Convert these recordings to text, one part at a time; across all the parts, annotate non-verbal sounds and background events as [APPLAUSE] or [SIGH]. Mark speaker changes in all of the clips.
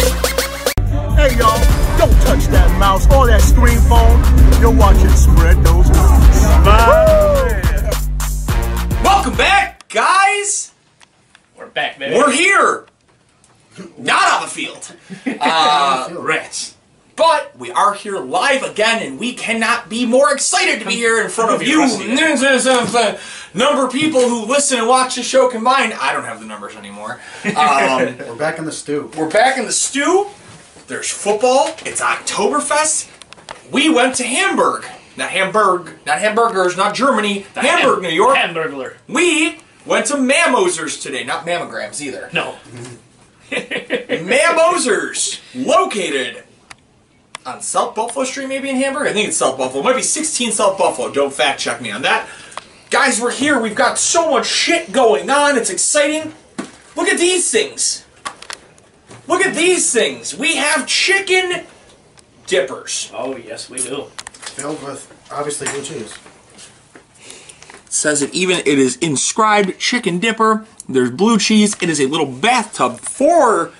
Speaker 1: Hey y'all, don't touch that mouse or that screen phone. You're watching Spread Those Lines.
Speaker 2: Welcome back, guys.
Speaker 3: We're back, baby.
Speaker 2: We're here, not on the
Speaker 3: [LAUGHS]
Speaker 2: field, Uh,
Speaker 3: rats.
Speaker 2: but we are here live again, and we cannot be more excited to be here in front of you. Number of people who listen and watch the show combined. I don't have the numbers
Speaker 3: [LAUGHS]
Speaker 2: anymore. Um,
Speaker 4: We're back in the stew.
Speaker 2: we're back in the stew. There's football. It's Oktoberfest. We went to Hamburg. Not Hamburg, not hamburgers, not Germany. Hamburg, New York.
Speaker 3: Hamburglar.
Speaker 2: We went to Mammozers today, not mammograms either. [LAUGHS]
Speaker 3: No.
Speaker 2: Mammozers, located on South Buffalo Street, maybe in Hamburg. I think it's South Buffalo. It might be 16 South Buffalo. Don't fact check me on that. Guys, we're here. We've got so much shit going on. It's exciting. Look at these things. Look at these things. We have chicken dippers.
Speaker 3: Oh, yes, we do.
Speaker 4: Filled with obviously blue cheese.
Speaker 2: says it even. It is inscribed chicken dipper. There's blue cheese. It is a little bathtub for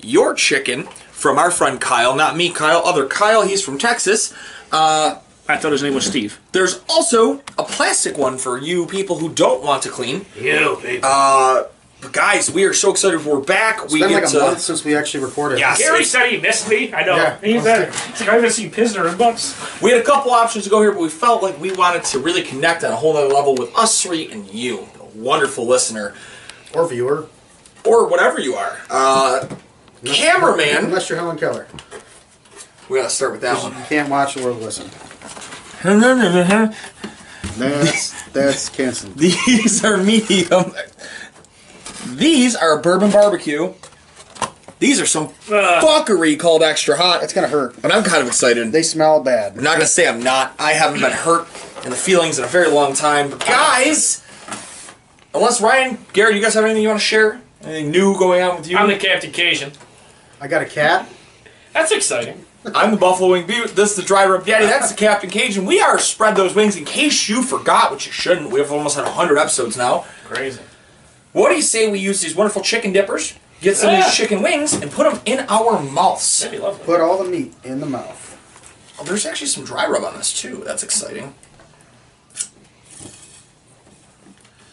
Speaker 2: your chicken from our friend Kyle, not me, Kyle, other Kyle. He's from Texas.
Speaker 3: I thought his name was Steve.
Speaker 2: There's also a plastic one for you people who don't want to clean.
Speaker 3: You, baby.
Speaker 4: Uh,
Speaker 2: But guys, we are so excited we're back. we
Speaker 4: It's been
Speaker 2: get
Speaker 4: like a
Speaker 2: to
Speaker 4: month since we actually recorded.
Speaker 2: Yes.
Speaker 3: Gary said he missed me. I know.
Speaker 4: Yeah.
Speaker 3: He said, it's like I haven't seen Pisner in months.
Speaker 2: we had a couple options to go here, but we felt like we wanted to really connect on a whole nother level with us three and you, a wonderful listener,
Speaker 4: Or viewer.
Speaker 2: or whatever you are. Uh, cameraman.
Speaker 4: Unless you're Helen Keller.
Speaker 2: We gotta start with that one.
Speaker 4: You can't watch or listen. That's that's
Speaker 2: [LAUGHS]
Speaker 4: canceled.
Speaker 2: These are medium. These are bourbon barbecue. These are some fuckery called extra hot,
Speaker 4: It's gonna hurt.
Speaker 2: and I'm kind of excited.
Speaker 4: They smell bad.
Speaker 2: I'm not gonna say I'm not. I haven't been hurt in the feelings in a very long time. But guys, unless Ryan, Garrett, you guys have anything you want to share? Anything new going on with you?
Speaker 3: I'm the Captain Cajun.
Speaker 4: I got a cat.
Speaker 3: That's exciting.
Speaker 2: I'm the Buffalo Wing Butte. This is the Dry Rub Daddy. That's the Captain Cajun. We are spread those wings. In case you forgot, which you shouldn't, we've almost had hundred episodes now.
Speaker 3: Crazy.
Speaker 2: What do you say we use these wonderful chicken dippers? Get some of
Speaker 4: Ah.
Speaker 3: Yeah.
Speaker 2: these chicken wings and put them in our mouths.
Speaker 3: That'd be lovely.
Speaker 4: Put all the meat in the mouth.
Speaker 2: Oh, there's actually some dry rub on this too. That's exciting.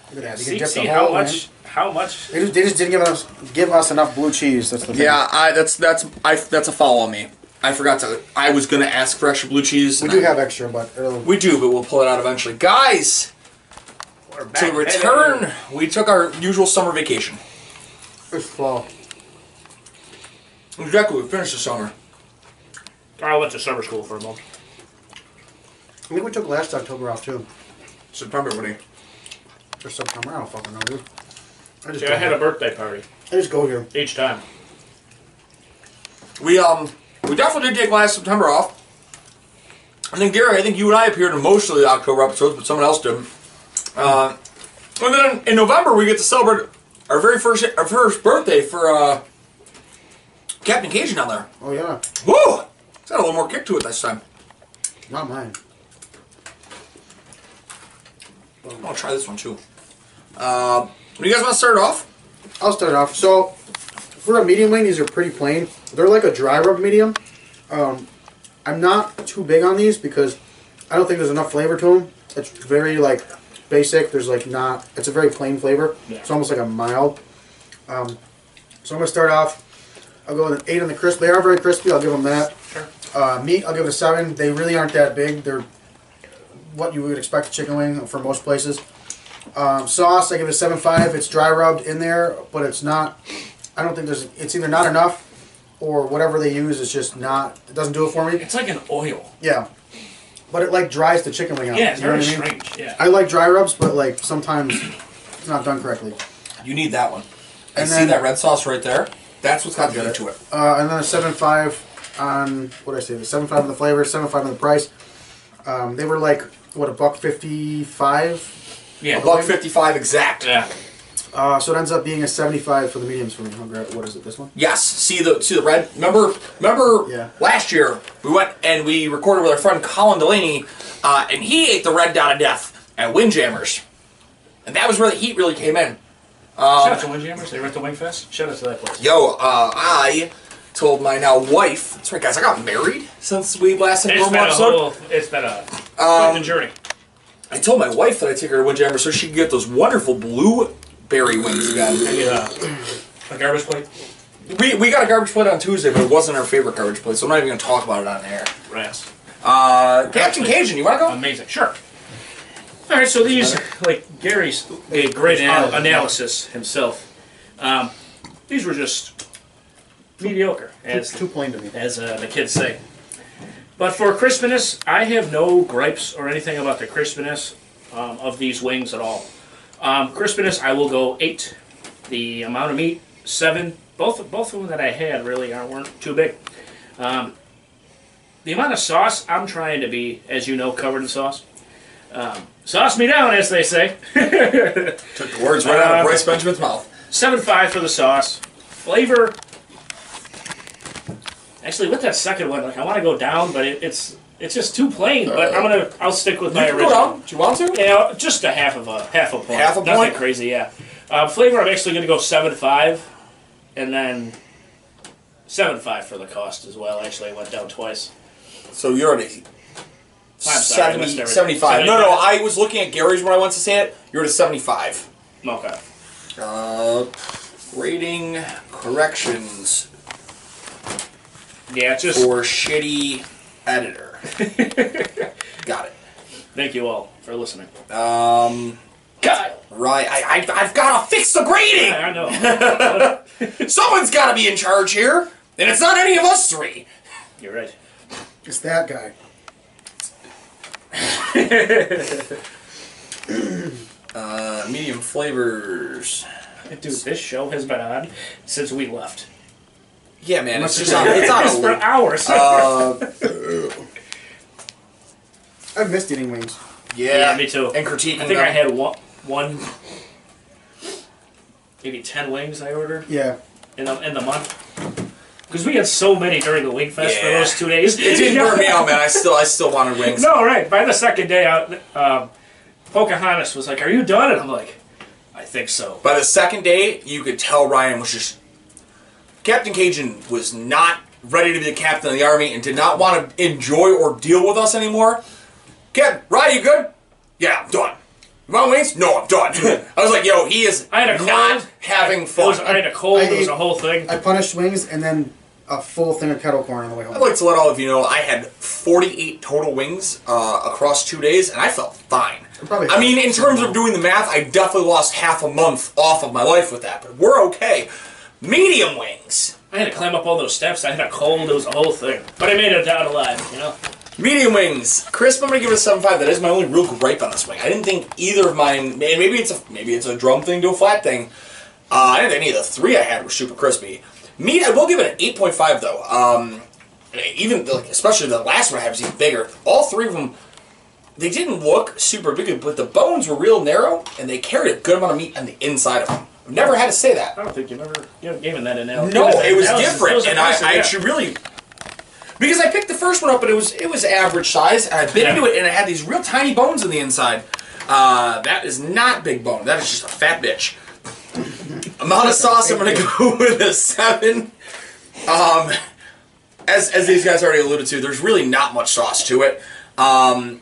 Speaker 4: Look at that. You can
Speaker 3: See,
Speaker 4: dip
Speaker 3: see
Speaker 4: the whole
Speaker 3: how
Speaker 4: in.
Speaker 3: much, how much.
Speaker 4: They just, they just didn't give us give us enough blue cheese. That's the thing.
Speaker 2: Yeah, I that's that's I that's a foul on me. I forgot to. I was gonna ask for extra blue cheese.
Speaker 4: We
Speaker 2: and
Speaker 4: do
Speaker 2: I-
Speaker 4: have extra, but early.
Speaker 2: We do, but we'll pull it out eventually, guys.
Speaker 3: We're back,
Speaker 2: To
Speaker 3: baby.
Speaker 2: return, we took our usual summer vacation.
Speaker 4: It's flow.
Speaker 2: Exactly, we finished the summer.
Speaker 3: I went to summer school for a month.
Speaker 4: I think we took last October off too,
Speaker 2: September, what do you?
Speaker 4: or September. I don't fucking know, dude. I just
Speaker 3: Yeah,
Speaker 4: go
Speaker 3: I had a
Speaker 4: here.
Speaker 3: birthday party
Speaker 4: I just go here.
Speaker 3: each time.
Speaker 2: We um we definitely did take last September off. I think Gary, I think you and I appeared in most of the October episodes, but someone else didn't. Uh, and then in November we get to celebrate our very first our first birthday for uh, Captain Cajun down there.
Speaker 4: Oh yeah,
Speaker 2: Whoa! It's got a little more kick to it this time.
Speaker 4: not mine.
Speaker 2: I'll try this one too. Uh, do you guys want to start it off?
Speaker 4: I'll start it off. So for a medium wing, these are pretty plain. They're like a dry rub medium. Um, I'm not too big on these because I don't think there's enough flavor to them. It's very like basic. There's like not. It's a very plain flavor.
Speaker 3: Yeah.
Speaker 4: It's almost like a mild. Um, so I'm gonna start off. I'll go with an eight on the crisp. They are very crispy. I'll give them that.
Speaker 3: Sure.
Speaker 4: Uh, meat, I'll give it a seven. They really aren't that big. They're what you would expect a chicken wing for most places. Um, sauce, I give it a seven five. It's dry rubbed in there, but it's not. I don't think there's. It's either not enough, or whatever they use is just not. It doesn't do it for me.
Speaker 3: It's like an oil.
Speaker 4: Yeah, but it like dries the chicken wing out.
Speaker 3: Yeah, it's
Speaker 4: you know
Speaker 3: very
Speaker 4: what I mean?
Speaker 3: strange. Yeah.
Speaker 4: I like dry rubs, but like sometimes it's not done correctly.
Speaker 2: You need that one. I
Speaker 4: And
Speaker 2: see
Speaker 4: then-
Speaker 2: that red sauce right there. That's what's got the other to it.
Speaker 4: Uh, and then a seven five on what I say, the seven five on the flavor, seven five on the price. Um, they were like what a buck fifty five.
Speaker 3: yeah.
Speaker 2: A buck fifty-five exact.
Speaker 3: Yeah.
Speaker 4: Uh, so it ends up being a seventy five for the mediums for me. I'll grab- What is it? This one?
Speaker 2: Yes. See the see the red. Remember remember
Speaker 4: Yeah.
Speaker 2: last year we went and we recorded with our friend Colin Delaney, uh, and he ate the red dot of death at Windjammers, and that was where the heat really came in.
Speaker 4: Um,
Speaker 3: Shout out to Windjammers. They rent the Wingfest. Shout out to that place.
Speaker 2: Yo, uh, I told my now wife. That's right, guys. I got married since we last had
Speaker 3: It's
Speaker 2: Gourmet
Speaker 3: been a
Speaker 2: episode.
Speaker 3: whole. It's been a.
Speaker 4: Um,
Speaker 3: quite the journey.
Speaker 2: I told my wife that I take her to Windjammer so she could get those wonderful blueberry wings again.
Speaker 3: Yeah. A garbage plate.
Speaker 2: We, we got a garbage plate on Tuesday, but it wasn't our favorite garbage plate, so I'm not even going to talk about it on air.
Speaker 3: Rest.
Speaker 2: Uh, Captain Cajun, you want to go?
Speaker 3: Amazing. Sure. All right. So these, like Gary's a great anal- analysis himself. Um, these were just mediocre,
Speaker 4: It's
Speaker 3: as
Speaker 4: too plain to me.
Speaker 3: as uh, the kids say. But for crispiness, I have no gripes or anything about the crispiness um, of these wings at all. Um, crispiness, I will go eight. The amount of meat, seven. Both both of them that I had really aren't weren't too big. Um, the amount of sauce, I'm trying to be, as you know, covered in sauce. Um, sauce me down, as they say. [LAUGHS]
Speaker 2: Took the words right out of
Speaker 3: Uh,
Speaker 2: Bryce Benjamin's mouth.
Speaker 3: Seven five for the sauce. Flavor. Actually, with that second one, like I want to go down, but it, it's it's just too plain. But I'm gonna I'll stick with my
Speaker 2: You can go
Speaker 3: original.
Speaker 2: down. Do you want to?
Speaker 3: Yeah, just a half of a half a point.
Speaker 2: Half a
Speaker 3: Nothing
Speaker 2: point?
Speaker 3: crazy, yeah. Uh, flavor, I'm actually gonna go seven five, and then seven five for the cost as well. Actually, I went down twice.
Speaker 2: So you're at a
Speaker 3: I'm sorry, I missed
Speaker 2: 70,
Speaker 3: everything.
Speaker 2: 75. No, no, I was looking at Gary's when I went to say it. You're at a 75.
Speaker 3: Okay.
Speaker 2: Uh, rating corrections
Speaker 3: Yeah, just
Speaker 2: for shitty [LAUGHS] editor. Got it.
Speaker 3: thank you all for listening.
Speaker 2: Um,
Speaker 3: Kyle,
Speaker 2: right. I, I, I've got to fix the grading.
Speaker 3: I know [LAUGHS]
Speaker 2: Someone's got to be in charge here, and it's not any of us three.
Speaker 3: you're right.
Speaker 4: It's that guy.
Speaker 2: Uh, medium flavors.
Speaker 3: Dude, this show has been on since we left.
Speaker 2: Yeah, man, it's just on, it's on a Uh,
Speaker 3: It's for [LAUGHS]
Speaker 2: loop.
Speaker 3: hours.
Speaker 4: I've missed eating wings.
Speaker 2: Yeah,
Speaker 3: Yeah, me too.
Speaker 2: And critiquing.
Speaker 3: I think I
Speaker 2: them.
Speaker 3: had one, one, maybe ten wings I ordered
Speaker 4: Yeah.
Speaker 3: in the in the month. Because we had so many during the wing fest for
Speaker 2: Yeah.
Speaker 3: those two days.
Speaker 2: It
Speaker 3: [LAUGHS]
Speaker 2: didn't burn me out, man. I still, I still wanted wings.
Speaker 3: No, right. By the second day, I, um, Pocahontas was like, "Are you done?" And I'm like, "I think so."
Speaker 2: By the second day, you could tell Ryan was just Captain Cajun was not ready to be the captain of the army and did not want to enjoy or deal with us anymore. Captain, Ryan, you good? Yeah, I'm done. You want wings? No, I'm
Speaker 3: [LAUGHS]
Speaker 2: done. I was like, yo, he is
Speaker 3: I had a
Speaker 2: not
Speaker 3: cold.
Speaker 2: having
Speaker 3: It
Speaker 2: fun.
Speaker 3: was, I had a cold.
Speaker 4: I
Speaker 3: it was
Speaker 4: ate-
Speaker 3: a whole thing.
Speaker 4: I punished wings and then a full thing of kettle corn on the way
Speaker 2: I'd
Speaker 4: home.
Speaker 2: like to let all of you know I had 48 total wings uh, across two days, and I felt fine.
Speaker 4: Probably-
Speaker 2: I mean, in terms of doing the math, I definitely lost half a month off of my life with that, but we're okay. Medium wings.
Speaker 3: I had to climb up all those steps. I had a cold. It was a whole thing. But I made it out alive. You know.
Speaker 2: Medium wings. Crisp, I'm gonna give it a 7.5. That is my only real gripe on this wing. I didn't think either of mine, and maybe it's a maybe it's a drum thing to a flat thing. Uh, I didn't think any of the three I had were super crispy. Meat, I will give it an 8.5 though. Um, even like especially the last one I had was even bigger. All three of them, they didn't look super big, but the bones were real narrow and they carried a good amount of meat on the inside of them. I've never had to say that.
Speaker 3: I don't think you've ever given given that analogy.
Speaker 2: No,
Speaker 3: Given that
Speaker 2: it was
Speaker 3: analysis. That
Speaker 2: different,
Speaker 3: was
Speaker 2: and I,
Speaker 3: impressive,
Speaker 2: I
Speaker 3: yeah.
Speaker 2: actually really because I picked the first one up, and it was it was average size. And I bit
Speaker 3: Yeah.
Speaker 2: into it, and it had these real tiny bones on the inside. Uh, that is not big bone. That is just a fat bitch. Amount of sauce, I'm gonna go [LAUGHS] with a seven. Um, as as these guys already alluded to, there's really not much sauce to it. Um,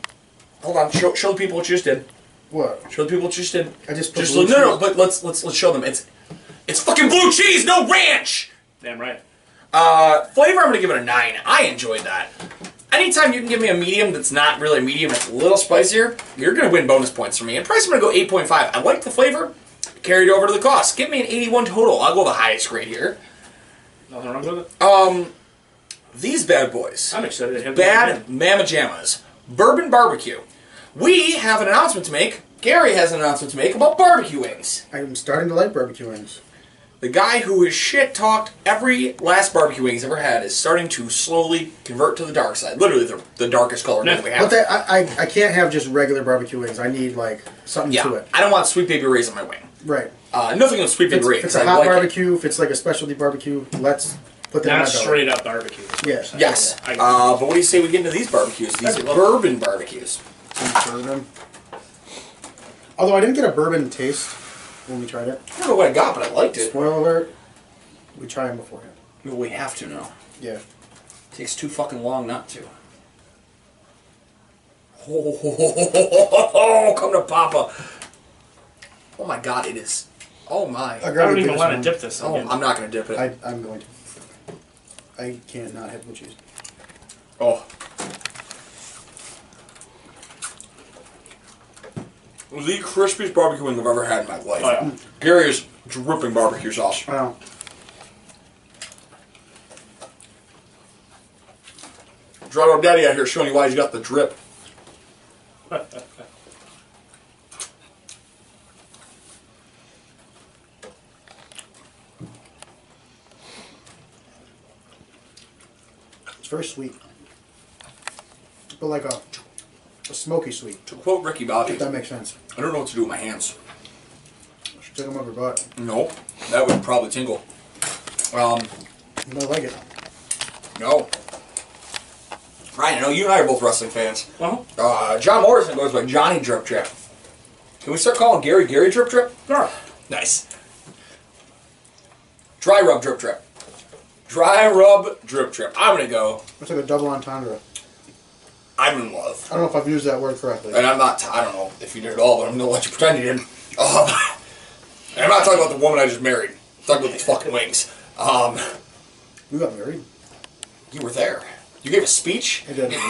Speaker 2: hold on, show, show the people what you just did.
Speaker 4: What?
Speaker 2: Show the people what you just did.
Speaker 4: I just put
Speaker 2: just
Speaker 4: blue
Speaker 2: look, no, no,
Speaker 4: cheese.
Speaker 2: but let's let's let's show them. It's it's fucking blue cheese, no ranch.
Speaker 3: Damn right.
Speaker 2: Flavor, I'm gonna give it a nine. I enjoyed that. anytime you can give me a medium that's not really a medium, it's a little spicier, you're going to win bonus points for me. And price, I'm going to go 8.5. I like the flavor. Carried over to the cost. Give me an 81 total. I'll go the highest grade here.
Speaker 3: Nothing wrong with
Speaker 2: Uh,
Speaker 3: it.
Speaker 2: These bad boys.
Speaker 3: I'm excited to have
Speaker 2: Bad Mama Jammas. Bourbon Barbecue. We have an announcement to make. Gary has an announcement to make about barbecue wings.
Speaker 4: I'm starting to like barbecue wings.
Speaker 2: The guy who has shit talked every last barbecue wing he's ever had is starting to slowly convert to the dark side. Literally, the, the darkest color that we have.
Speaker 4: But they, I, I, I can't have just regular barbecue wings. I need like something
Speaker 2: yeah,
Speaker 4: to it.
Speaker 2: I don't want sweet baby rays on my wing.
Speaker 4: Right.
Speaker 2: Uh, nothing on sweet
Speaker 4: If
Speaker 2: baby
Speaker 4: it's,
Speaker 2: rays.
Speaker 4: if it's a
Speaker 2: I
Speaker 4: hot
Speaker 2: like it.
Speaker 4: barbecue, if it's like a specialty barbecue, let's put that in
Speaker 3: Not
Speaker 4: my
Speaker 3: straight up barbecue.
Speaker 4: Yeah.
Speaker 2: Yes.
Speaker 3: I-
Speaker 2: Uh, but what do you say we get into these barbecues? These
Speaker 4: I'd love-
Speaker 2: bourbon barbecues.
Speaker 4: belly. Bourbon. Although I didn't get a bourbon taste when we tried it.
Speaker 2: I don't know what I got, but I liked it.
Speaker 4: Spoiler alert, we try them beforehand.
Speaker 2: Well, we have to now.
Speaker 4: Yeah.
Speaker 2: Takes too fucking long not [LAUGHS] to. come to Papa. Oh my god, it is. Oh my.
Speaker 3: I
Speaker 4: grabbed
Speaker 3: don't
Speaker 4: the
Speaker 3: even
Speaker 4: biggest
Speaker 3: want
Speaker 4: one.
Speaker 3: to dip this.
Speaker 2: Oh,
Speaker 3: again.
Speaker 2: I'm not gonna dip it.
Speaker 4: I, I'm going to. I can't not have blue cheese.
Speaker 2: Oh. The crispiest barbecue wing I've ever had in my life.
Speaker 3: Oh, yeah.
Speaker 2: Gary is dripping barbecue sauce.
Speaker 4: Wow.
Speaker 2: Drive up daddy out here showing you why he's got the drip.
Speaker 4: It's very sweet. But like a, a smoky sweet,
Speaker 2: To quote Ricky Bobby,
Speaker 4: if that makes sense.
Speaker 2: I don't know what to do with my hands.
Speaker 4: I should take them up your butt.
Speaker 2: No, that would probably tingle. Um,
Speaker 4: You might like it.
Speaker 2: no. Ryan, I know you and I are both wrestling fans.
Speaker 3: Well,
Speaker 2: Uh, John Morrison goes by Johnny Drip Drip. Can we start calling Gary Gary Drip Drip?
Speaker 3: sure.
Speaker 2: Nice. Dry rub drip drip. Dry rub drip drip. I'm gonna go.
Speaker 4: It's like a double entendre.
Speaker 2: I'm in love.
Speaker 4: I don't know if I've used that word correctly.
Speaker 2: And I'm not, t- I don't know if you did at all, but I'm gonna let you pretend you didn't. Um, [LAUGHS] and I'm not talking about the woman I just married. I'm talking about these fucking wings. Um,
Speaker 4: You got married?
Speaker 2: you were there. You gave a speech.
Speaker 4: I did.
Speaker 2: [LAUGHS]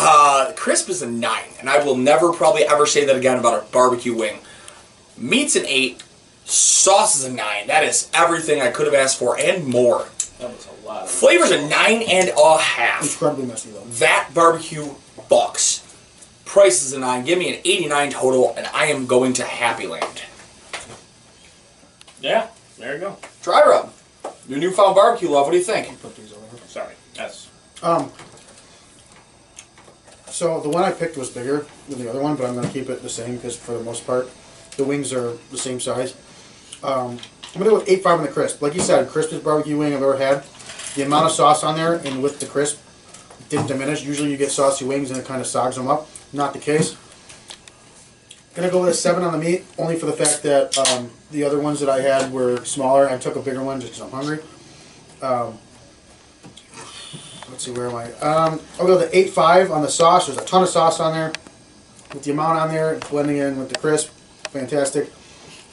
Speaker 2: Uh, crisp is a nine, and I will never probably ever say that again about a barbecue wing. Meat's an eight. Sauce is a nine. That is everything I could have asked for and more.
Speaker 3: That was a lot. Of
Speaker 2: Flavor's a nine and a half.
Speaker 4: Incredibly messy though.
Speaker 2: That barbecue bucks. Price is a nine. Give me an 89 total, and I am going to Happy Land.
Speaker 3: yeah. There you go.
Speaker 2: Dry rub. Your newfound barbecue love. What do you think?
Speaker 4: Put these over. here.
Speaker 3: Sorry.
Speaker 2: [LAUGHS]
Speaker 3: That's
Speaker 4: Um. So the one I picked was bigger than the other one, but I'm gonna keep it the same because for the most part, the wings are the same size. Um, I'm gonna go with eight five on the crisp. Like you said, crispest barbecue wing I've ever had. The amount of sauce on there and with the crisp didn't diminish. Usually you get saucy wings and it kind of sogs them up. Not the case. Gonna go with a seven on the meat, only for the fact that um, the other ones that I had were smaller. I took a bigger one just because I'm hungry. Let's see, where am I? Um, I'll go the eight five on the sauce. There's a ton of sauce on there. With the amount on there, blending in with the crisp, fantastic.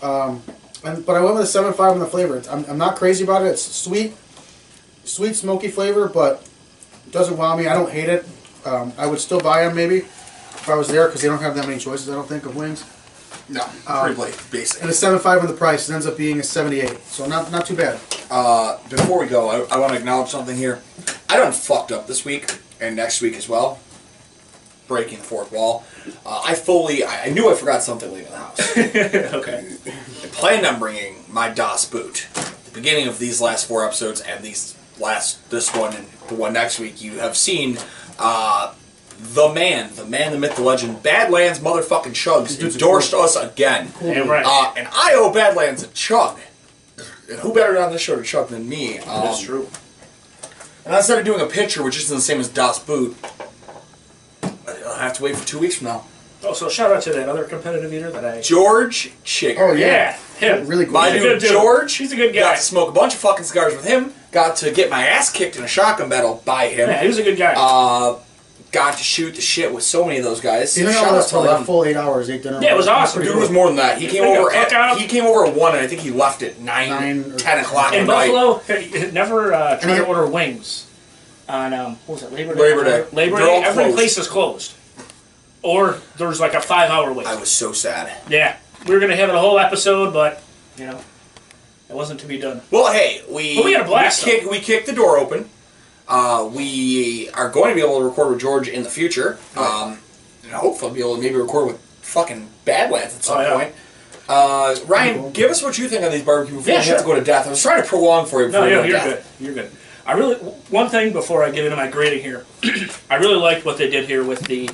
Speaker 4: Um, and, but I went with a seven five on the flavor. It's- I'm, I'm not crazy about it. It's sweet, sweet smoky flavor, but it doesn't wow me. I don't hate it. Um, I would still buy them maybe if I was there because they don't have that many choices. I don't think of wings.
Speaker 2: No, pretty bla- basic.
Speaker 4: Um, And a seven five on the price. It ends up being a seventy eight. So not not too bad.
Speaker 2: before we go, I, I want to acknowledge something here. I done fucked up this week and next week as well. Breaking the fourth wall. Uh, I fully, I, I knew I forgot something leaving the
Speaker 3: [LAUGHS]
Speaker 2: house. okay. I planned on bringing my DOS boot. The beginning of these last four episodes and these last, this one and the one next week, you have seen uh, the man, the man, the myth, the legend, Badlands motherfucking Chugs endorsed us again.
Speaker 3: damn right.
Speaker 2: Uh, and I owe Badlands a chug. And who better on this show to chug than me? Um,
Speaker 3: That's true.
Speaker 2: And I started doing a picture, which isn't the same as Das Boot. I'll have to wait for two weeks from now.
Speaker 3: Oh, so shout out to that other competitive eater that I.
Speaker 2: George Chick.
Speaker 4: Oh yeah,
Speaker 3: Yeah, him.
Speaker 4: really cool.
Speaker 2: My
Speaker 3: He's a
Speaker 2: dude
Speaker 3: good dude.
Speaker 2: George.
Speaker 3: He's a good guy.
Speaker 2: Got to smoke a bunch of fucking cigars with him. Got to get my ass kicked in a shotgun battle by him.
Speaker 3: Yeah, he was a good guy.
Speaker 2: Uh, Got to shoot the shit with so many of those guys.
Speaker 4: Dinner
Speaker 2: Shout
Speaker 4: all
Speaker 2: out
Speaker 4: up
Speaker 2: to
Speaker 4: for like a
Speaker 2: them.
Speaker 4: full eight hours. Ate dinner.
Speaker 3: Yeah, it was
Speaker 4: That's
Speaker 3: awesome.
Speaker 4: pretty
Speaker 2: Dude
Speaker 4: cool.
Speaker 2: was more than that. He came
Speaker 3: They got
Speaker 2: over at
Speaker 3: fuck out.
Speaker 2: he came over at one, and I think he left at nine,
Speaker 4: Nine or-
Speaker 2: ten o'clock.
Speaker 3: in
Speaker 2: at night.
Speaker 3: Buffalo, [LAUGHS] never uh, try
Speaker 4: And
Speaker 3: to
Speaker 4: I-
Speaker 3: order wings. on um, what was it Labor Day?
Speaker 2: Labor Day.
Speaker 3: Labor
Speaker 2: They're
Speaker 3: Day.
Speaker 2: all
Speaker 3: Every
Speaker 2: closed.
Speaker 3: place is closed, or there's like a five hour wait.
Speaker 2: I was so sad.
Speaker 3: Yeah, we were gonna have it a whole episode, but you know, it wasn't to be done.
Speaker 2: Well, hey, we
Speaker 3: But we had a blast,
Speaker 2: We kick, we kicked the door open. Uh, we are going to be able to record with George in the future.
Speaker 3: Oh,
Speaker 2: Um, and hopefully, be able to maybe record with fucking Badlands at some
Speaker 3: Oh, yeah.
Speaker 2: point. Uh, Ryan, give us what you think on these barbecue before
Speaker 3: Yeah,
Speaker 2: we
Speaker 3: sure.
Speaker 2: have to go to death. I was trying to prolong for you. Before
Speaker 3: No,
Speaker 2: we go
Speaker 3: no,
Speaker 2: to
Speaker 3: you're
Speaker 2: death.
Speaker 3: good. You're good. I really one thing before I get into my grading here, [CLEARS THROAT] I really liked what they did here with the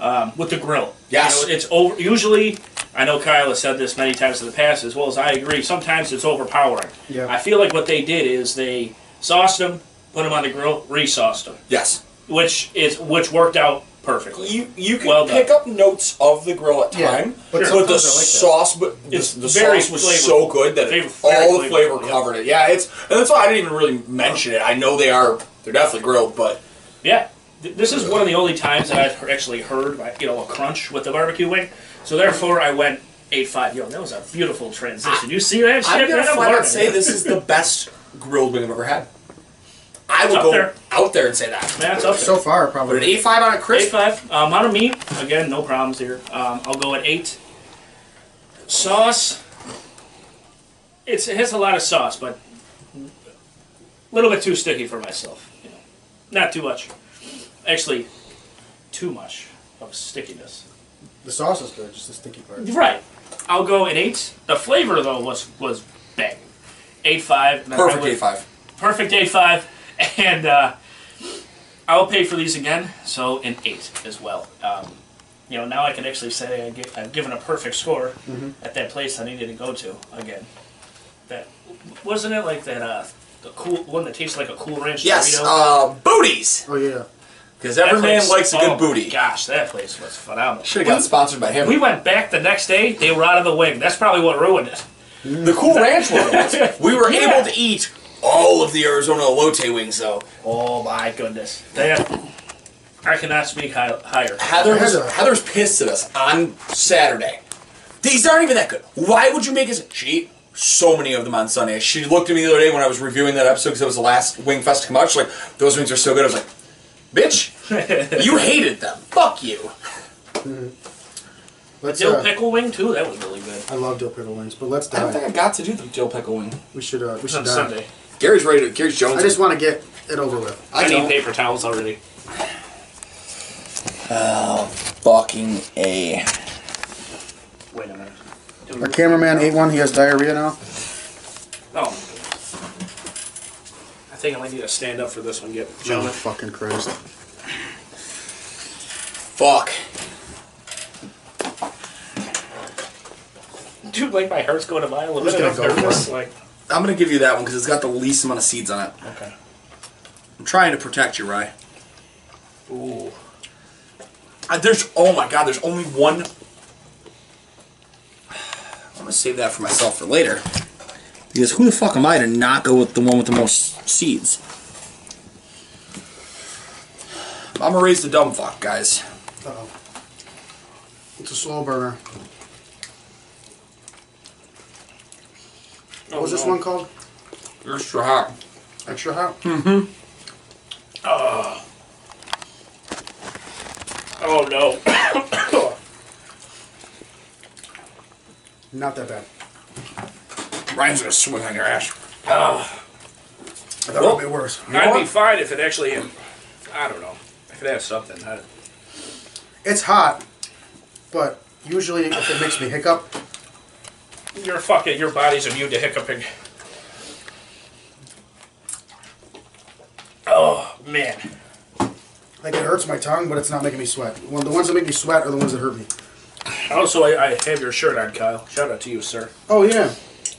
Speaker 3: um, with the grill.
Speaker 2: Yes.
Speaker 3: you know, it's over. Usually, I know Kyle has said this many times in the past, as well as I agree. Sometimes it's overpowering.
Speaker 4: Yeah.
Speaker 3: I feel like what they did is they sauced them, put them on the grill, re-sauced them,
Speaker 2: Yes.
Speaker 3: which is which worked out perfectly.
Speaker 2: You you can
Speaker 3: Well done.
Speaker 2: pick up notes of the grill at
Speaker 4: Yeah,
Speaker 2: time,
Speaker 4: but
Speaker 2: but,
Speaker 4: sometimes I
Speaker 2: the
Speaker 4: like that.
Speaker 2: sauce, but the,
Speaker 3: It's
Speaker 2: the
Speaker 3: very
Speaker 2: sauce was so
Speaker 3: flavorful.
Speaker 2: good that
Speaker 3: Very-
Speaker 2: it,
Speaker 3: very
Speaker 2: all the flavor
Speaker 3: flavorful, yeah.
Speaker 2: covered it. Yeah, it's and that's why I didn't even really mention it. I know they are they're definitely grilled, but
Speaker 3: Yeah, Th- this is one of the only times that I've actually heard like, you know a crunch with the barbecue wing. So therefore, I went eight five. Yo, that was a beautiful transition. You see that shit?
Speaker 2: I'm gonna
Speaker 3: man?
Speaker 2: flat
Speaker 3: learning.
Speaker 2: out say this is the best grilled wing I've ever had. I
Speaker 3: It's
Speaker 2: would
Speaker 3: up
Speaker 2: go
Speaker 3: there.
Speaker 2: out there and say that.
Speaker 3: Man, it's up
Speaker 4: So
Speaker 3: there.
Speaker 4: far,
Speaker 2: But an
Speaker 4: probably.
Speaker 2: A5 on a
Speaker 3: Eight
Speaker 2: crisp.
Speaker 3: five. Um, out of meat again, no problems here. Um, I'll go at eight. Sauce. It's it has a lot of sauce, but a little bit too sticky for myself. You know, not too much. Actually, too much of stickiness.
Speaker 4: The sauce is good, just the sticky part.
Speaker 3: Right. I'll go an eight. The flavor though was was bang. Eight five. and I
Speaker 2: Perfect
Speaker 3: would-
Speaker 2: A5.
Speaker 3: Perfect eight five. And uh, I'll pay for these again. So an eight as well. Um, you know now I can actually say I get, I've given a perfect score
Speaker 2: Mm-hmm.
Speaker 3: at that place I needed to go to again. That wasn't it like that uh, the cool one that tastes like a cool ranch
Speaker 2: Yes,
Speaker 3: Dorito?
Speaker 2: uh, booties.
Speaker 4: Oh yeah.
Speaker 2: Because
Speaker 3: That
Speaker 2: every man
Speaker 3: place-
Speaker 2: likes a
Speaker 3: oh my
Speaker 2: good booty.
Speaker 3: Gosh, that place was phenomenal.
Speaker 2: Should have got sponsored by him.
Speaker 3: We went back the next day. They were out of the wing. That's probably what ruined it.
Speaker 2: The
Speaker 3: [LAUGHS]
Speaker 2: cool ranch one. was, We were
Speaker 3: Yeah.
Speaker 2: able to eat all of the Arizona elote wings, though.
Speaker 3: Oh my goodness. That, I cannot speak hi- higher.
Speaker 2: Heather was,
Speaker 4: Heather.
Speaker 2: Heather's pissed at us on Saturday. These aren't even that good. Why would you make us? She ate so many of them on Sunday. She looked at me the other day when I was reviewing that episode because it was the last Wing Fest to come out. She's like, "Those wings are so good." I was like, "Bitch, [LAUGHS] you hated them. Fuck you."
Speaker 4: Let's.
Speaker 3: Dill
Speaker 4: Uh,
Speaker 3: pickle wing too? That was really good.
Speaker 4: I love dill pickle wings, but let's
Speaker 2: I don't
Speaker 4: dive.
Speaker 2: think I got to do the dill pickle wing.
Speaker 4: We should. Uh, we
Speaker 3: It's on
Speaker 4: should dive.
Speaker 3: Sunday.
Speaker 2: Gary's ready. To, Gary's Jones.
Speaker 4: I just want to get it over with.
Speaker 3: I, need
Speaker 2: don't
Speaker 3: paper towels already.
Speaker 2: fucking a.
Speaker 3: Wait a minute.
Speaker 4: Our cameraman ate one. He has diarrhea now.
Speaker 3: Oh. I think I might need to stand up for this one. Get
Speaker 4: Oh,
Speaker 3: gentlemen. [LAUGHS]
Speaker 4: fucking Christ.
Speaker 2: Fuck.
Speaker 3: Dude, like my heart's going a mile a
Speaker 4: Just
Speaker 3: minute. I'm
Speaker 4: gonna go for
Speaker 3: nervous.
Speaker 4: it.
Speaker 3: Like,
Speaker 2: I'm gonna give you that one because it's got the least amount of seeds on it.
Speaker 3: okay.
Speaker 2: I'm trying to protect you, Rye.
Speaker 3: Ooh.
Speaker 2: Uh, there's oh my god, there's only one. [SIGHS] I'm gonna save that for myself for later. Because who the fuck am I to not go with the one with the most seeds? I'm gonna raise the dumb fuck, guys.
Speaker 4: Uh-oh. It's a slow burner.
Speaker 3: Oh,
Speaker 4: What was this one called?
Speaker 2: Extra hot.
Speaker 4: Extra hot.
Speaker 3: Hmm. Oh no.
Speaker 4: Not that bad.
Speaker 2: Ryan's gonna swing on your ass.
Speaker 4: I thought it would be worse.
Speaker 3: I'd be fine if it actually. I don't know. I could have something. I,
Speaker 4: It's hot, but usually if it makes me hiccup,
Speaker 3: your fucking your body's immune to hiccuping. Oh man.
Speaker 4: like it hurts my tongue, but it's not making me sweat. Well, the ones that make me sweat are the ones that hurt me.
Speaker 3: Also, I, I have your shirt on, Kyle. Shout out to you, sir.
Speaker 4: Oh yeah,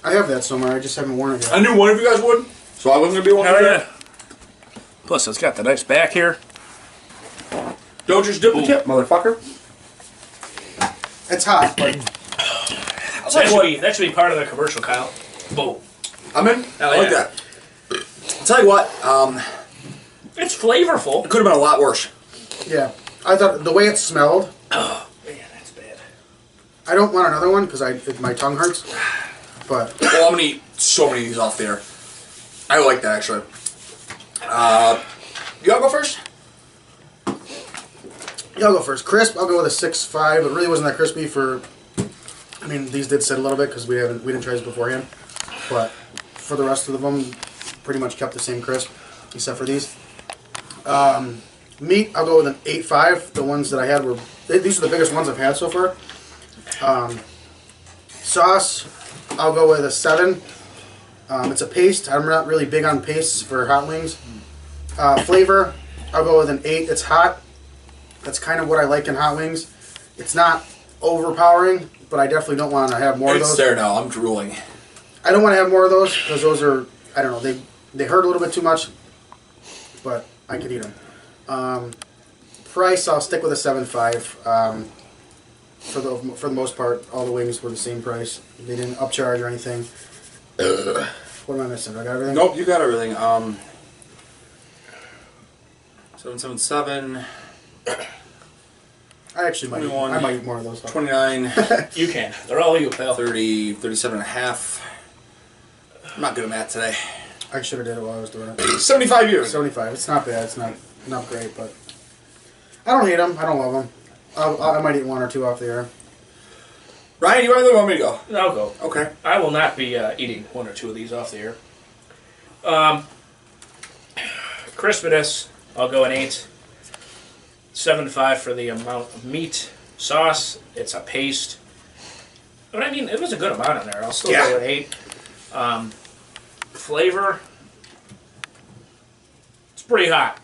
Speaker 4: I have that somewhere. I just haven't worn it yet.
Speaker 2: I knew one of you guys would, so I wasn't gonna
Speaker 3: Oh,
Speaker 2: be one of you.
Speaker 3: Plus, it's got the nice back here.
Speaker 2: Don't just dip the
Speaker 3: Ooh.
Speaker 2: tip, motherfucker.
Speaker 4: It's hot, but
Speaker 2: I'll tell
Speaker 3: That
Speaker 2: you
Speaker 3: should
Speaker 2: what,
Speaker 3: be that should be part of the commercial, Kyle. Boom.
Speaker 2: I'm in. I like
Speaker 3: yeah.
Speaker 2: that. I'll tell you what, um,
Speaker 3: It's flavorful.
Speaker 2: could have been a lot worse.
Speaker 4: yeah. I thought the way it smelled.
Speaker 3: Man, that's bad.
Speaker 4: I don't want another one because I my tongue hurts. But
Speaker 2: Well, I'm gonna eat so many of these off there. I like that actually. Uh,
Speaker 5: You want to go first?
Speaker 4: Yeah, I'll go first. Crisp, I'll go with a six five. It really wasn't that crispy for. I mean, these did sit a little bit because we haven't we didn't try these beforehand, but for the rest of them, pretty much kept the same crisp, except for these. Um, meat, I'll go with an eight five. The ones that I had were th- these are the biggest ones I've had so far. Um, sauce, I'll go with a seven. Um, it's a paste. I'm not really big on pastes for hot wings. Uh, flavor, I'll go with an eight. It's hot. That's kind of what I like in hot wings. It's not overpowering, but I definitely don't want to have more of
Speaker 5: It's
Speaker 4: those.
Speaker 5: there now. I'm drooling.
Speaker 4: I don't want to have more of those because those are I don't know they they hurt a little bit too much, but I could eat them. Um, price I'll stick with a seven five. Um, for the for the most part, all the wings were the same price. They didn't upcharge or anything. What am I missing? I got everything.
Speaker 2: Nope, you got everything. Um, seven seven [LAUGHS] seven
Speaker 4: I actually might. eat-
Speaker 2: 21.
Speaker 4: I might eat more of those. though.
Speaker 2: twenty [LAUGHS] nine.
Speaker 3: You can. They're all you, pal.
Speaker 2: 30, 37 and a half. I'm not good at math today.
Speaker 4: I should have did it while I was doing it.
Speaker 2: 75 years.
Speaker 4: Seventy five. It's not bad. It's not not great, but I don't hate them. I don't love them. I'll, I I might eat one or two off the air.
Speaker 2: Ryan, you either want me to go?
Speaker 3: I'll go.
Speaker 2: Okay.
Speaker 3: I will not be uh, eating one or two of these off the air. Um, crispiness, I'll go an eight. Seven five for the amount of meat. Sauce, it's a paste. But I mean, it was a good amount in there. I'll still
Speaker 2: Yeah.
Speaker 3: go an eight. Um, flavor, it's pretty hot.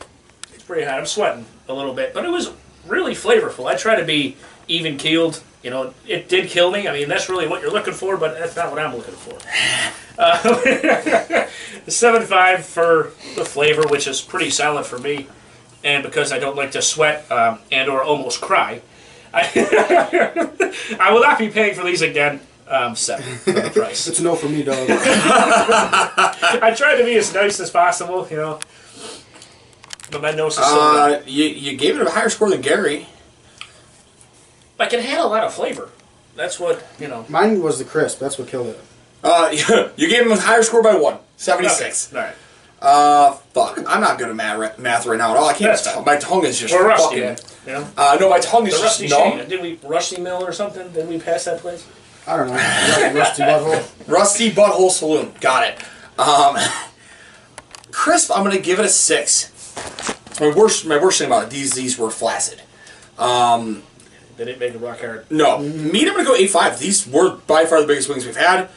Speaker 3: It's pretty hot. I'm sweating a little bit, but it was really flavorful. I try to be even keeled. You know, it did kill me. I mean, that's really what you're looking for, but that's not what I'm looking for. Uh, [LAUGHS] seven five for the flavor, which is pretty solid for me, and because I don't like to sweat um, and or almost cry, I, [LAUGHS] I will not be paying for these again. Um, seven for the
Speaker 4: [LAUGHS]
Speaker 3: price.
Speaker 4: It's a no for me, dog.
Speaker 3: I tried to be as nice as possible, you know. But my nose is so bad.
Speaker 2: Uh, you, you gave it a higher score than Gary.
Speaker 3: Like it had a lot of flavor. That's what you know.
Speaker 4: Mine was the crisp. That's what killed it.
Speaker 2: Uh, [LAUGHS] you gave him a higher score by one. 76.
Speaker 3: All right.
Speaker 2: Uh, fuck. I'm not good at math, math right now at all. I can't.
Speaker 3: That's fine.
Speaker 2: my tongue is just
Speaker 3: We're
Speaker 2: fucking.
Speaker 3: rusty, man. You know?
Speaker 2: Uh, no, my tongue is
Speaker 3: The
Speaker 2: just
Speaker 3: rusty
Speaker 2: numb.
Speaker 3: Shane. Did we rusty mill or something? Did we pass that place?
Speaker 4: I don't know. Rusty butthole.
Speaker 2: Rusty Butthole Saloon. Got it. Um, [LAUGHS] crisp. I'm gonna give it a six. My worst. My worst thing about it. These these were flaccid.
Speaker 3: Did it make the rock hard?
Speaker 2: No, meat. I'm gonna go eight five. These were by far the biggest wings we've had.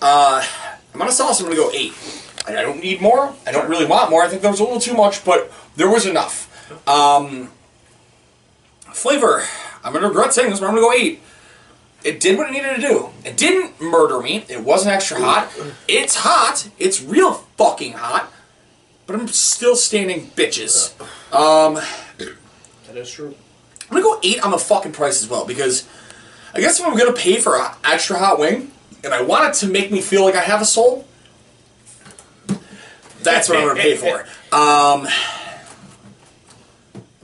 Speaker 2: Uh, I'm on a sauce. I'm gonna go eight. I, I don't need more. I don't really want more. I think there was a little too much, but there was enough. Um, flavor. I'm gonna regret saying this, but I'm gonna go eight. It did what it needed to do. It didn't murder me. It wasn't extra hot. It's hot. It's real fucking hot. But I'm still standing bitches.
Speaker 3: That is true.
Speaker 2: I'm gonna go eight on the fucking price as well because I guess if I'm gonna pay for an extra hot wing and I want it to make me feel like I have a soul, that's what I'm gonna pay for. Um,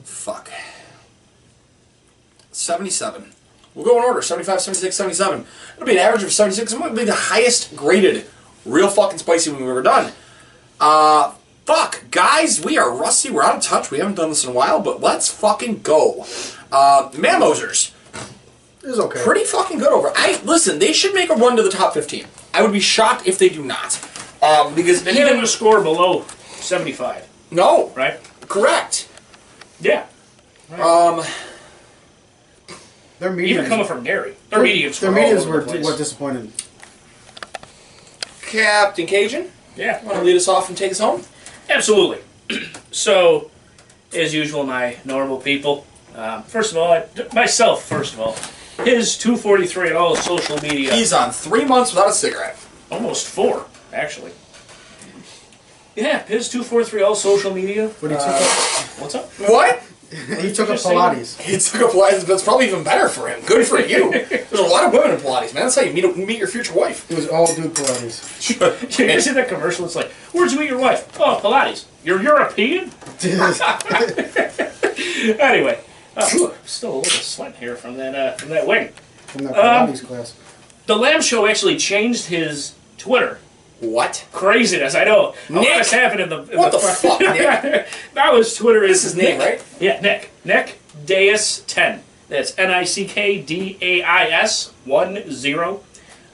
Speaker 2: fuck. 77. We'll go in order 75, 76, 77. It'll be an average of 76. It might be the highest graded real fucking spicy wing we've ever done. Uh, Fuck, guys, we are rusty. We're out of touch. We haven't done this in a while, but let's fucking go. Uh, Mamosers,
Speaker 4: It was okay.
Speaker 2: pretty fucking good over. I listen. They should make a run to the top fifteen. I would be shocked if they do not, um, because
Speaker 3: They had
Speaker 2: even
Speaker 3: a score below seventy-five,
Speaker 2: no,
Speaker 3: right?
Speaker 2: correct.
Speaker 3: Yeah.
Speaker 4: Their
Speaker 3: Even
Speaker 4: mediums.
Speaker 3: coming from Gary, their mediums.
Speaker 4: Their
Speaker 3: were all
Speaker 4: mediums
Speaker 3: over
Speaker 4: were
Speaker 3: the place.
Speaker 4: what disappointed.
Speaker 2: Captain Cajun,
Speaker 3: yeah.
Speaker 2: want to lead us off and take us home?
Speaker 3: Absolutely. [CLEARS THROAT] so, as usual, my normal people. Um, first of all, I, myself. First of all, his 243 and all his social media.
Speaker 2: He's on three months without a cigarette.
Speaker 3: almost four, actually. Yeah, Piz two four three all social media.
Speaker 4: But he, took
Speaker 3: What's up? [LAUGHS]
Speaker 2: What?
Speaker 4: up, he took up
Speaker 3: Interesting.
Speaker 4: Pilates.
Speaker 2: He took a Pilates, but it's probably even better for him. Good for you. There's a lot of women in Pilates, man. That's how you meet meet your future wife.
Speaker 4: It was all dude Pilates.
Speaker 3: You ever see that commercial? It's like, where'd you meet your wife? Oh, Pilates. You're European. [LAUGHS] Anyway, uh, still a little sweat here from that uh, from that wing. Um,
Speaker 4: From that Pilates class.
Speaker 3: The Lamb Show actually changed his Twitter
Speaker 2: What?
Speaker 3: Craziness, I know. A lot
Speaker 2: Nick?
Speaker 3: has happened in the. in
Speaker 2: What the fuck, Nick?
Speaker 3: [LAUGHS] that was Twitter.
Speaker 2: That's his name, right?
Speaker 3: Yeah, Nick. Nick Deus 10. That's N I C K D A I S 1 0.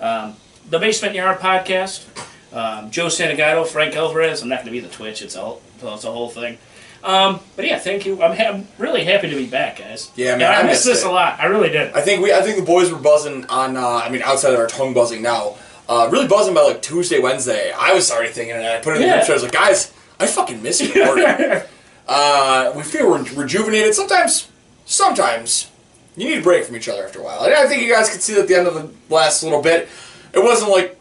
Speaker 3: Um, the Basement Yard Podcast. Um, Joe Sanegato, Frank Alvarez. I'm not going to be the Twitch, it's all, it's a whole thing. Um, but yeah, thank you. I'm, ha- I'm really happy to be back, guys.
Speaker 2: Yeah, man,
Speaker 3: I,
Speaker 2: I missed
Speaker 3: missed this
Speaker 2: it.
Speaker 3: a lot. I really did.
Speaker 2: I think we. I think the boys were buzzing on. Uh, I mean, outside of our tongue buzzing now, uh, really buzzing by like Tuesday, Wednesday. I was already thinking, and I put it in
Speaker 3: Yeah.
Speaker 2: the group chat. I was like, guys, I fucking miss recording. uh, we feel re- rejuvenated. Sometimes, sometimes you need a break from each other after a while. And I think you guys could see that at the end of the last little bit, it wasn't like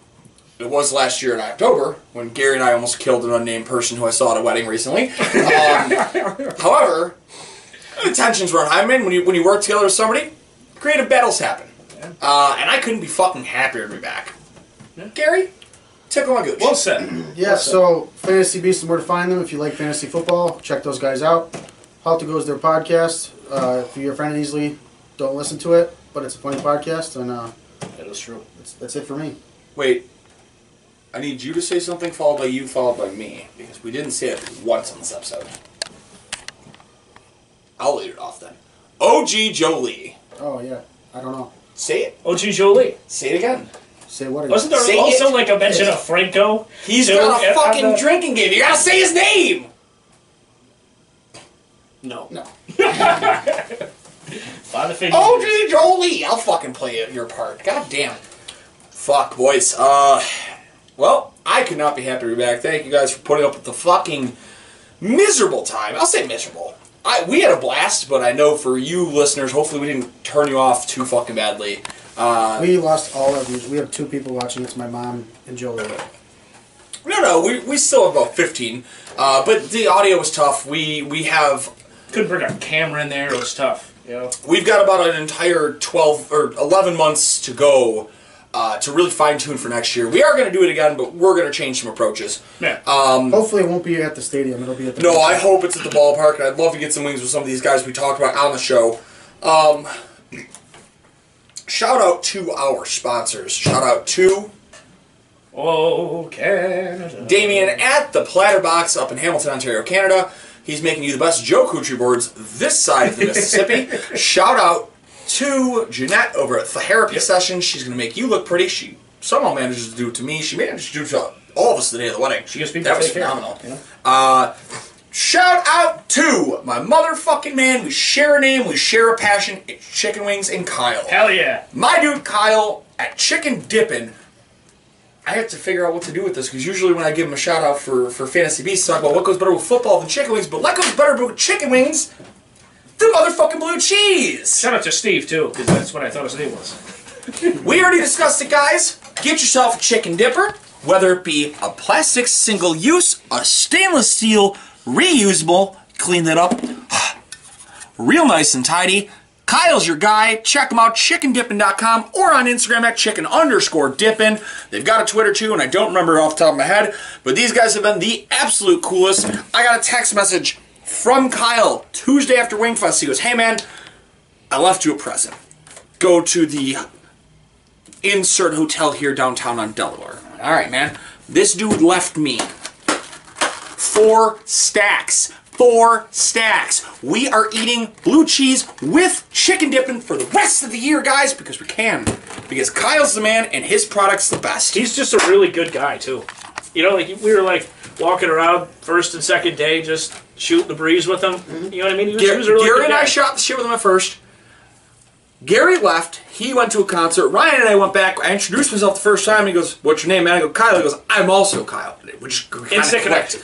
Speaker 2: it was last year in October when Gary and I almost killed an unnamed person who I saw at a wedding recently. Um, however, the tensions run high, man. When you when you work together with somebody, creative battles happen. Uh, and I couldn't be fucking happier to be back. Gary, tickle my gooch.
Speaker 3: Well said.
Speaker 4: Yeah, so Fantasy Beasts and where to find them. If you like fantasy football, check those guys out. How to Goes their podcast. Uh, if you're offended easily, don't listen to it. But it's a funny podcast, and uh,
Speaker 3: that is true.
Speaker 4: that's, that's it for me.
Speaker 2: Wait, I need you to say something followed by you followed by me because we didn't say it once on this episode. I'll lead it off then. OG Jolie,
Speaker 4: Oh yeah, I don't know.
Speaker 2: say it.
Speaker 3: OG Jolie.
Speaker 2: Say it again.
Speaker 4: Say what? Again?
Speaker 3: Wasn't there
Speaker 2: Say
Speaker 3: also
Speaker 2: it.
Speaker 3: like a mention of Franco? uh,
Speaker 2: He's
Speaker 3: Dude,
Speaker 2: got
Speaker 3: if
Speaker 2: a
Speaker 3: I'm
Speaker 2: fucking
Speaker 3: not-
Speaker 2: drinking game. You gotta say his name.
Speaker 3: No.
Speaker 4: no?
Speaker 3: Father figure.
Speaker 2: OG Jolie, Oh, I'll fucking play your part. God damn. Fuck, boys. Uh, well, I could not be happy to be back. Thank you guys for putting up with the fucking miserable time. I'll say miserable. I, we had a blast, but I know for you listeners, hopefully we didn't turn you off too fucking badly.
Speaker 4: We lost all our views. We have two people watching. It's my mom and Jolie.
Speaker 2: No, no, we, we still have about 15, uh, but the audio was tough. We we have
Speaker 3: Couldn't bring a camera in there. It was tough. You know?
Speaker 2: we've got about an entire 12 or 11 months to go uh, to really fine tune for next year. We are going to do it again, but we're going to change some approaches.
Speaker 3: Yeah.
Speaker 4: Hopefully, it won't be at the stadium. It'll be at the
Speaker 2: No, I hope it's at the ballpark, and I'd love to get some wings with some of these guys we talked about on the show. Um, shout out to our sponsors. Shout out to
Speaker 3: oh, Canada.
Speaker 2: Damien at the Platter Box up in Hamilton, Ontario, Canada. He's making you the best Joe Coochie boards this side of the Mississippi.
Speaker 3: [LAUGHS]
Speaker 2: Shout out to Jeanette over at Therapy Session. She's going to make you look pretty. She somehow manages to do it to me. She managed to do it to all of us the day of the wedding.
Speaker 3: She gets people
Speaker 2: that was
Speaker 3: to take care of it,
Speaker 2: phenomenal.
Speaker 3: you know?
Speaker 2: Uh, shout out to my motherfucking man. We share a name. We share a passion. It's Chicken Wings and Kyle.
Speaker 3: Hell yeah.
Speaker 2: My dude Kyle at Chicken Dippin'. I have to figure out what to do with this because usually when I give him a shout out for, for Fantasy Beasts, talk about what goes better with football than chicken wings, but what goes better with chicken wings? The motherfucking blue cheese!
Speaker 3: Shout out to Steve, too, because that's what I thought his name was.
Speaker 2: We already discussed it, guys. Get yourself a chicken dipper, whether it be a plastic single use, a stainless steel, reusable, clean it up, [SIGHS] real nice and tidy. Kyle's your guy. Check him out, chickendippin.com or on Instagram at chicken underscore dippin. They've got a Twitter too, and I don't remember it off the top of my head, but these guys have been the absolute coolest. I got a text message from Kyle Tuesday after Wingfest. He goes, Hey man, I left you a present. Go to the insert hotel here downtown on Delaware. All right, man. This dude left me four stacks. Four stacks. We are eating blue cheese with chicken dipping for the rest of the year, guys, because we can. Because Kyle's the man and his product's the best.
Speaker 3: He's just a really good guy, too. You know, like, we were, like, walking around first and second day, just shooting the breeze with him. You know what I mean? He was, he
Speaker 2: Gary,
Speaker 3: was a really
Speaker 2: Gary
Speaker 3: good
Speaker 2: and
Speaker 3: guy.
Speaker 2: I shot the shit with him at first. Gary left. He went to a concert. Ryan and I went back. I introduced myself the first time. He goes, "What's your name, man?" I go, "Kyle." He goes, "I'm also Kyle," which is kinda quick.
Speaker 3: Instant connect.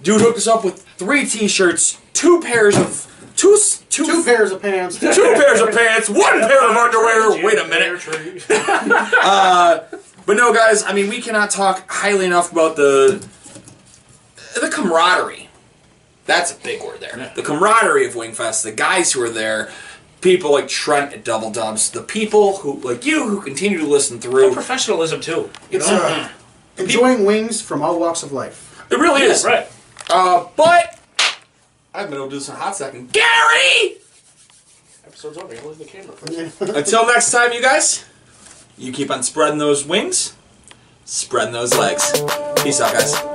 Speaker 2: Dude hooked us up with three T-shirts, two pairs of two s- two
Speaker 4: two pairs of
Speaker 2: [LAUGHS]
Speaker 4: pants.
Speaker 2: two pairs of pants, one pair of underwear. Wait a minute. But no, guys, I mean, we cannot talk highly enough about the the camaraderie. That's a big word there. The camaraderie of Wingfest, the guys who are there, people like Trent at Double Dubs, the people who like you who continue to listen through.
Speaker 3: Professionalism, too.
Speaker 2: It's, uh,
Speaker 4: Enjoying wings from all walks of life.
Speaker 2: it really is.
Speaker 3: Right.
Speaker 2: Uh, but I've been able to do this in a hot second. Gary!
Speaker 3: Episode's over. I'll leave the camera.
Speaker 2: Until next time, you guys, you keep on spreading those wings. spreading those legs. Peace out, guys.